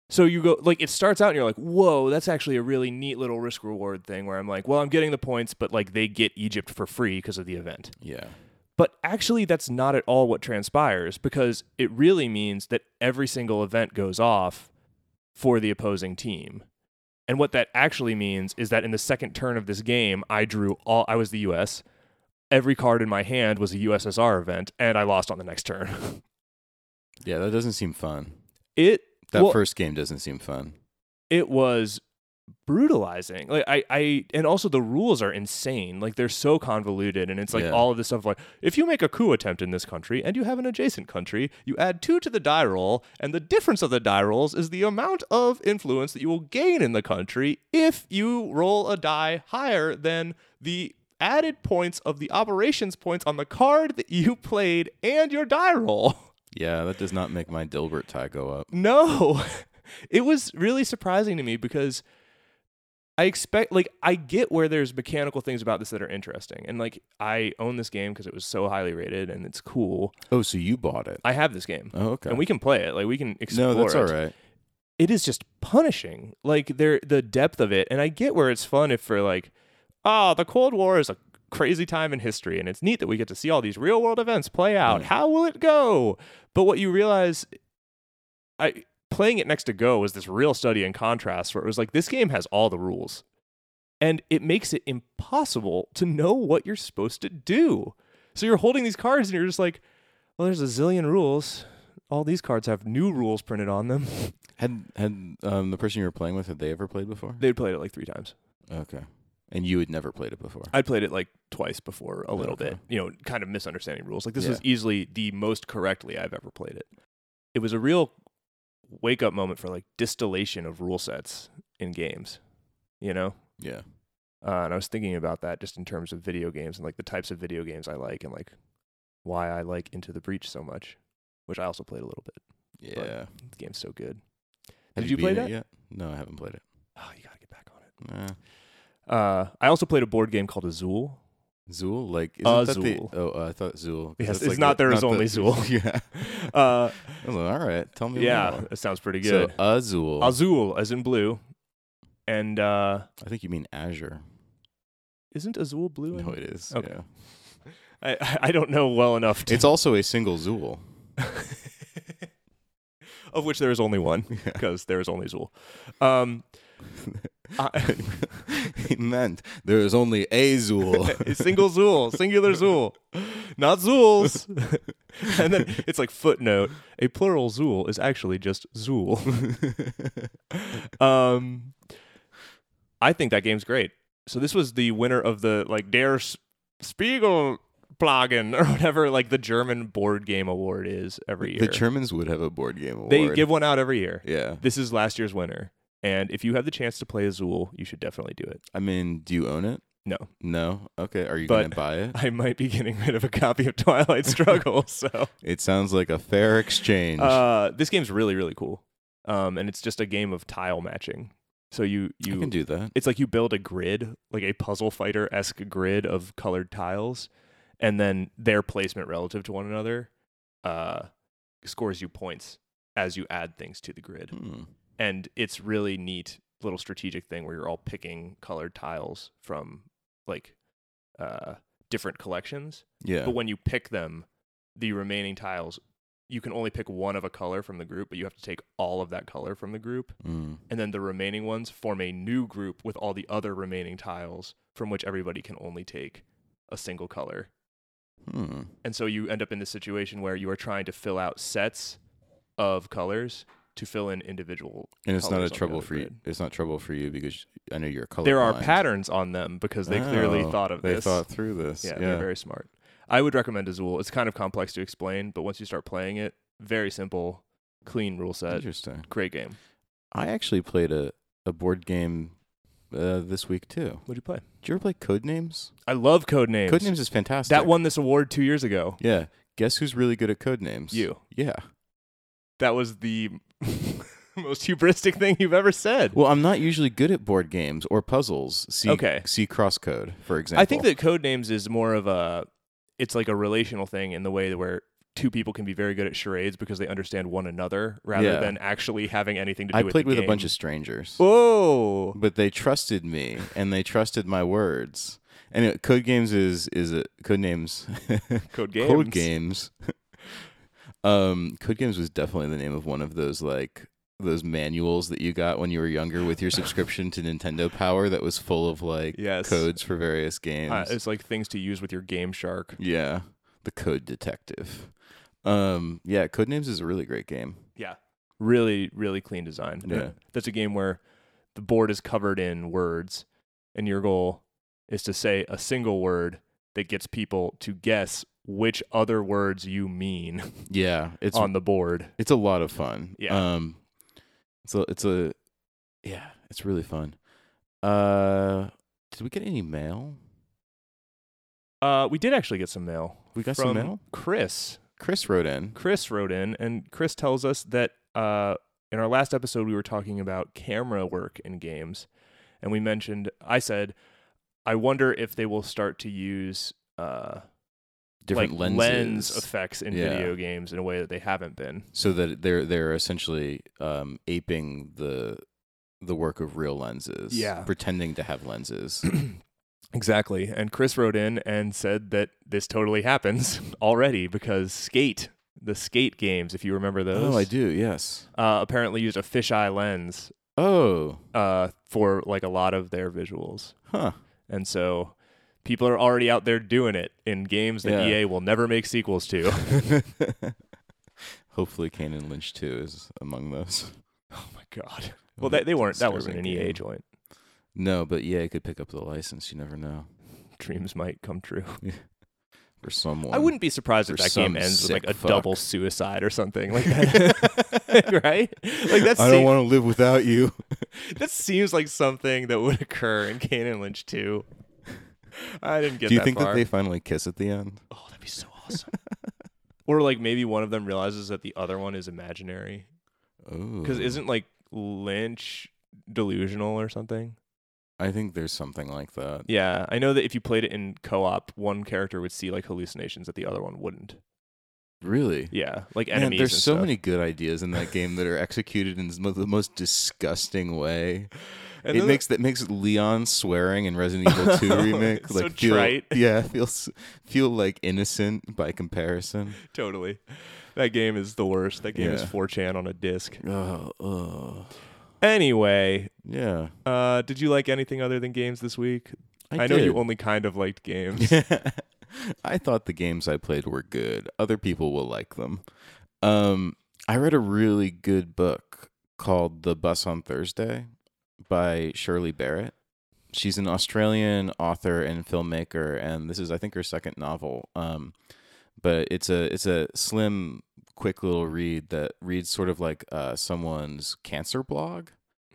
B: So you go like it starts out, and you're like, "Whoa, that's actually a really neat little risk reward thing." Where I'm like, "Well, I'm getting the points, but like they get Egypt for free because of the event."
A: Yeah.
B: But actually, that's not at all what transpires because it really means that every single event goes off for the opposing team. And what that actually means is that in the second turn of this game, I drew all, I was the US. Every card in my hand was a USSR event, and I lost on the next turn. [laughs]
A: Yeah. That doesn't seem fun.
B: It,
A: That
B: well,
A: first game doesn't seem fun.
B: it was brutalizing. Like, I, I, and also the rules are insane. Like, they're so convoluted, and it's like
A: Yeah.
B: all of this stuff like, if you make a coup attempt in this country and you have an adjacent country, you add two to the die roll, and the difference of the die rolls is the amount of influence that you will gain in the country if you roll a die higher than the added points of the operations points on the card that you played and your die roll. [laughs]
A: Yeah. That does not make my Dilbert tie go up.
B: No. [laughs] It was really surprising to me because I expect like I get where there's mechanical things about this that are interesting. And like I own this game because it was so highly rated and it's cool.
A: Oh, so you bought it?
B: I have this game.
A: Oh, okay.
B: And we can play it. Like we can explore
A: no, that's
B: it.
A: all right.
B: It is just punishing. Like there the depth of it. And I get where it's fun if for like, ah, the Cold War is a crazy time in history and it's neat that we get to see all these real world events play out.
A: Mm.
B: How will it go? But what you realize I playing it next to Go was this real study in contrast where it was like this game has all the rules. And it makes it impossible to know what you're supposed to do. So you're holding these cards and you're just like, well, there's a zillion rules. All these cards have new rules printed on them. [laughs]
A: Had had um, the person you were playing with had they ever played before?
B: They'd played it like three times.
A: Okay. And you had never played it before.
B: I'd played it like twice before, a little
A: Okay.
B: bit, you know, kind of misunderstanding rules. Like, this
A: Yeah.
B: was easily the most correctly I've ever played it. It was a real wake up moment for like distillation of rule sets in games, you know?
A: Yeah.
B: Uh, and I was thinking about that just in terms of video games and like the types of video games I like and like why I like Into the Breach so much, which I also played a little bit.
A: Yeah. Have
B: The game's so good. Did you play
A: beaten
B: that?
A: it yet? No, I haven't played it.
B: Oh, you gotta get back on it.
A: Nah.
B: Uh, I also played a board game called Azul.
A: Zool, like isn't that
B: Azul.
A: the? Oh, uh, I thought Zool. 'cause
B: Yes,
A: that's
B: it's
A: like
B: not
A: the-
B: there is
A: the-
B: only Zool.
A: [laughs] yeah.
B: Uh,
A: I was like, all right. Tell me.
B: yeah,
A: more."
B: that sounds pretty
A: So
B: good.
A: Azul.
B: Azul, as in blue, and uh,
A: I think you mean Azure.
B: isn't Azul blue?
A: No, it is.
B: Okay.
A: Yeah.
B: I I don't know well enough to.
A: It's also a single
B: [laughs]
A: Zool. [laughs]
B: of which there is only one
A: [laughs]
B: because there is only Azul. Um, I-
A: he meant there is only a
B: [laughs]
A: Zool.
B: It's single Zool, singular Zool, not Zools.
A: [laughs]
B: and then it's like footnote. A plural Zool is actually just Zool. um, I think that game's great. So this was the winner of the like Der S- Spiegel Plagen [laughs] or whatever like the German board game award is every year.
A: the Germans would have a board game award.
B: they give one out every year.
A: Yeah.
B: This is last year's winner. And if you have the chance to play Azul, you should definitely do it.
A: I mean, do you own it?
B: No,
A: No. Okay. Are you
B: But-
A: going to buy it?
B: I might be [laughs] getting rid of a copy
A: [laughs]
B: of Twilight Struggle. So
A: It sounds like a fair exchange.
B: Uh, this game's really really cool, um, and it's just a game of tile matching. So you
A: you
B: you
A: can do that.
B: it's like you build a grid, like a puzzle fighter esque grid of colored tiles, and then their placement relative to one another uh, scores you points as you add things to the grid.
A: Hmm.
B: And it's really neat little strategic thing where you're all picking colored tiles from like uh, different collections
A: Yeah.
B: but when you pick them, the remaining tiles, you can only pick one of a color from the group, but you have to take all of that color from the group,
A: Mm.
B: and then the remaining ones form a new group with all the other remaining tiles from which everybody can only take a single color.
A: Hmm.
B: And so you end up in this situation where you are trying to fill out sets of colors to fill in individual.
A: And it's not
B: colors
A: a
B: on the
A: trouble
B: other
A: for you.
B: grid.
A: It's not trouble for you because I know you're color. Oh.
B: There are patterns on them because they clearly thought of
A: they
B: this.
A: thought through this.
B: yeah,
A: Yeah,
B: they're very smart. I would recommend Azul. It's kind of complex to explain, but once you start playing it, very simple, clean rule set.
A: interesting.
B: Great game.
A: I actually played a a board game uh, this week too.
B: What'd you play?
A: Did you ever play Codenames?
B: I love Codenames.
A: Codenames is fantastic.
B: That won this award two years ago.
A: Yeah. Guess who's really good at Codenames?
B: You.
A: Yeah.
B: That was the [laughs] most hubristic thing you've ever said.
A: Well, I'm not usually good at board games or puzzles. See,
B: Okay.
A: See Crosscode, for example.
B: I think that Codenames is more of a it's like a relational thing in the way that where two people can be very good at charades because they understand one another rather
A: Yeah.
B: than actually having anything to do
A: I
B: with
A: played
B: the
A: with a
B: game.
A: bunch of strangers,
B: Whoa.
A: but they trusted me and they trusted my words. And it, Code Games is is a Code Names. [laughs]
B: Code games.
A: Code Games. [laughs] um, Code Games was definitely the name of one of those like those manuals that you got when you were younger with your subscription to Nintendo Power that was full of like
B: Yes.
A: codes for various games. Mm.
B: Uh, it's like things to use with your game shark.
A: Yeah, the Code Detective. Um, yeah, Codenames is a really great game.
B: Yeah. Really, really clean design. And
A: Yeah.
B: That's a game where the board is covered in words, and your goal is to say a single word that gets people to guess which other words you mean
A: Yeah, it's
B: on the board.
A: it's a lot of fun.
B: Yeah.
A: Um, so it's a yeah, it's really fun. Uh, did we get any mail?
B: Uh, we did actually get some mail.
A: We got
B: from
A: some mail.
B: Chris.
A: Chris wrote in.
B: Chris wrote in, and Chris tells us that uh, in our last episode, we were talking about camera work in games. And we mentioned, I said, I wonder if they will start to use uh,
A: Different
B: like
A: lenses.
B: lens effects in
A: Yeah.
B: video games in a way that they haven't been.
A: so that they're they're essentially um, aping the the work of real lenses.
B: Yeah.
A: pretending to have lenses.
B: Exactly. And Chris wrote in and said that this totally happens [laughs] already because Skate, the Skate games, if you remember
A: [clears throat]
B: those,
A: oh, I do. Yes.
B: Uh, apparently used a fisheye lens
A: Oh,
B: uh, for like a lot of their visuals.
A: huh.
B: And so people are already out there doing it in games that
A: Yeah.
B: EA will never make sequels
A: [laughs]
B: to. [laughs]
A: Hopefully, Kane and Lynch too is among those.
B: oh my god. Well, they, they weren't. That wasn't E an EA
A: Disturbing game.
B: joint.
A: No, but yeah, it could pick up the license. You never know.
B: Dreams might come true.
A: For someone,
B: I wouldn't be surprised if
A: For
B: that game
A: some
B: ends with like
A: sick
B: a
A: fuck.
B: double suicide or something like
A: [laughs]
B: that. [laughs] right? Like that,
A: I don't
B: seem-
A: want to live without you.
B: that seems like something that would occur in Kane and Lynch 2. I didn't [laughs] get
A: Do you
B: that
A: think
B: far.
A: that they finally kiss at the end?
B: Oh, that'd be so awesome. or like maybe one of them realizes that the other one is imaginary.
A: Oh,
B: Because isn't like Lynch delusional or something?
A: I think there's something like that.
B: Yeah, I know that if you played it in co-op, one character would see like hallucinations that the other one wouldn't.
A: Really?
B: Yeah, like
A: Man,
B: enemies.
A: there's
B: and
A: so
B: stuff.
A: many good ideas in that game that are executed in the most disgusting way.
B: [laughs] And
A: it
B: then
A: makes that makes Leon swearing in Resident Evil
B: [laughs]
A: 2 remake
B: It's so
A: like feel,
B: trite.
A: [laughs] yeah feels feel like innocent by comparison.
B: the- totally. That game is the worst. That game is
A: Yeah.
B: 4chan on a disc.
A: Oh, oh.
B: Anyway,
A: yeah.
B: uh, did you like anything other than games this week? know you only kind of
A: [laughs]
B: liked games.
A: I thought the games I played were good. Other people will like them. Um, I read a really good book called The Bus on Thursday by Shirley Barrett. She's an Australian author and filmmaker, and this is, I think, her second novel. Um, but it's a it's a slim, quick little read that reads sort of like uh, someone's cancer blog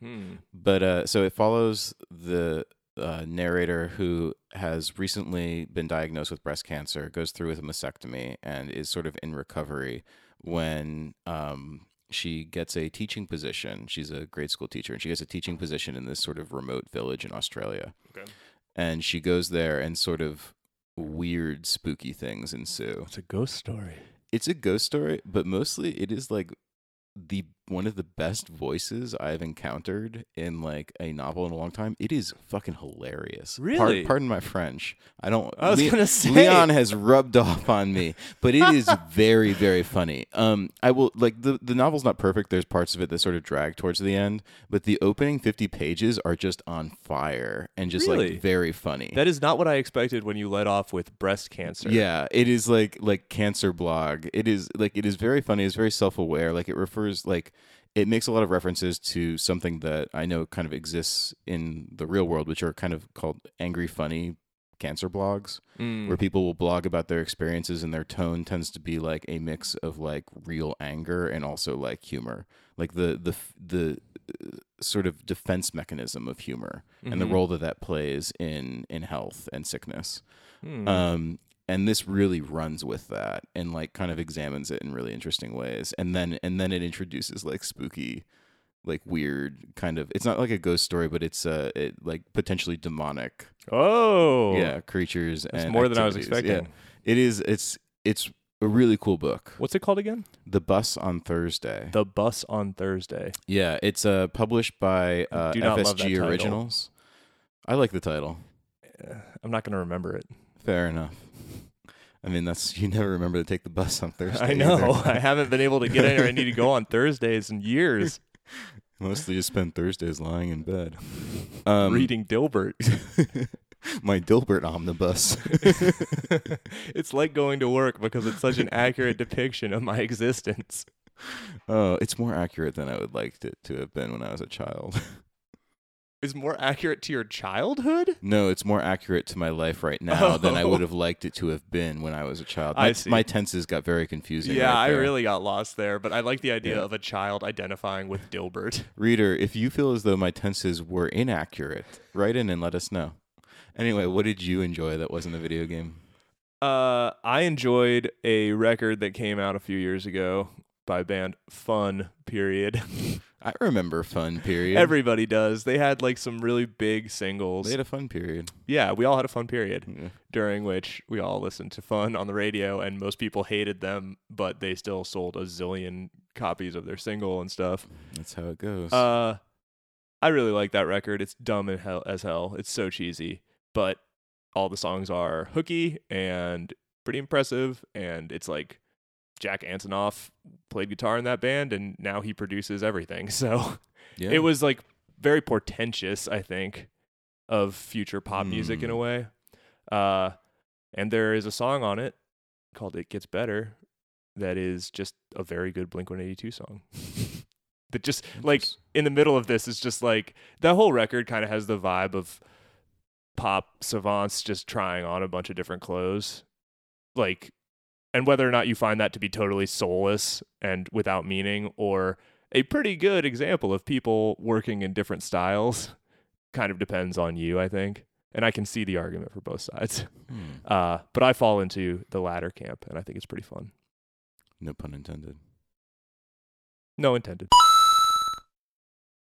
B: Hmm.
A: but uh, so it follows the uh, narrator who has recently been diagnosed with breast cancer, goes through with a mastectomy, and is sort of in recovery when um, she gets a teaching position. She's a grade school teacher, and she gets a teaching position in this sort of remote village in Australia.
B: Okay.
A: And she goes there, and sort of weird, spooky things ensue
B: It's a ghost story.
A: it's a ghost story, but mostly it is like the one of the best voices I've encountered in like a novel in a long time. It is fucking hilarious. Par-
B: Really?
A: pardon my French. I don't.
B: I was
A: Le-
B: gonna say.
A: Leon has rubbed off on me, but it
B: [laughs]
A: is very very funny. Um, I will like the the novel's not perfect. There's parts of it that sort of drag towards the end, but the opening fifty pages are just on fire and just
B: Really?
A: like very funny.
B: That is not what I expected when you led off with breast cancer.
A: Yeah, it is like like cancer blog. It is like it is very funny. It's very self aware. Like it refers like it makes a lot of references to something that I know kind of exists in the real world, which are kind of called angry funny cancer blogs,
B: Hmm.
A: where people will blog about their experiences and their tone tends to be like a mix of like real anger and also like humor, like the the the uh, sort of defense mechanism of humor and the
B: Hmm. Mm-hmm.
A: role that that plays in in health and sickness.
B: Mm-hmm. Hmm.
A: Um, and this really runs with that and like kind of examines it in really interesting ways. And then and then it introduces like spooky, like weird kind of. It's not like a ghost story, but it's uh it, like potentially demonic.
B: oh,
A: Yeah, creatures.
B: That's
A: and
B: more than I was
A: activities.
B: expecting.
A: Yeah. It is. It's it's a really cool book.
B: What's it called again?
A: The Bus on Thursday.
B: The Bus on Thursday.
A: yeah, it's uh published by uh,
B: do not love that
A: FSG
B: title.
A: Originals. I like the title.
B: I'm not going to remember it.
A: Fair enough. I mean, that's [laughs] you never remember to take the bus on Thursday.
B: [laughs] I
A: either.
B: know. [laughs] I haven't been able to get anywhere I need to go on Thursdays in [laughs] years
A: Mostly just spend Thursdays lying in
B: [laughs]
A: bed. Um,
B: reading [laughs] Dilbert.
A: [laughs] my Dilbert omnibus. [laughs]
B: it's like going to work because it's such an accurate depiction of my existence.
A: oh, it's more accurate than I would like it to have been when I was a child. [laughs]
B: Is more accurate to your childhood?
A: No, it's more accurate to my life right now than I
B: Oh.
A: would have liked it to have been when I was a child.
B: I
A: My,
B: see.
A: my tenses got very confusing.
B: Yeah,
A: right
B: I
A: there.
B: really got lost there, but I like the idea
A: Yeah.
B: of a child identifying with Dilbert.
A: Reader, if you feel as though my tenses were inaccurate, write in and let us know. Anyway, what did you enjoy that wasn't a video game?
B: Uh, I enjoyed a record that came out a few years ago by band Fun. Period. [laughs]
A: I remember fun period.
B: Everybody does. They had like some really big singles.
A: they had a fun period.
B: yeah, we all had a fun period
A: Yeah.
B: during which we all listened to Fun on the radio, and most people hated them, but they still sold a zillion copies of their single and stuff.
A: That's how it goes.
B: Uh, I really like that record. It's dumb and hell, as hell. It's so cheesy, but all the songs are hooky and pretty impressive. And it's like Jack Antonoff played guitar in that band, and now he produces everything. [laughs] So
A: yeah.
B: it was like very portentous, I think, of future pop music in
A: Hmm.
B: a way. Uh, and there is a song on it called "It Gets Better" that is just a very good Blink One Eighty Two song. [laughs] that just like
A: Interest-
B: in the middle of this is just like that whole record kind of has the vibe of pop savants just trying on a bunch of different clothes like and whether or not you find that to be totally soulless and without meaning or a pretty good example of people working in different styles [laughs] kind of depends on you i think and i can see the argument for both sides
A: Hmm.
B: uh, but i fall into the latter camp and i think it's pretty fun
A: no pun intended.
B: no intended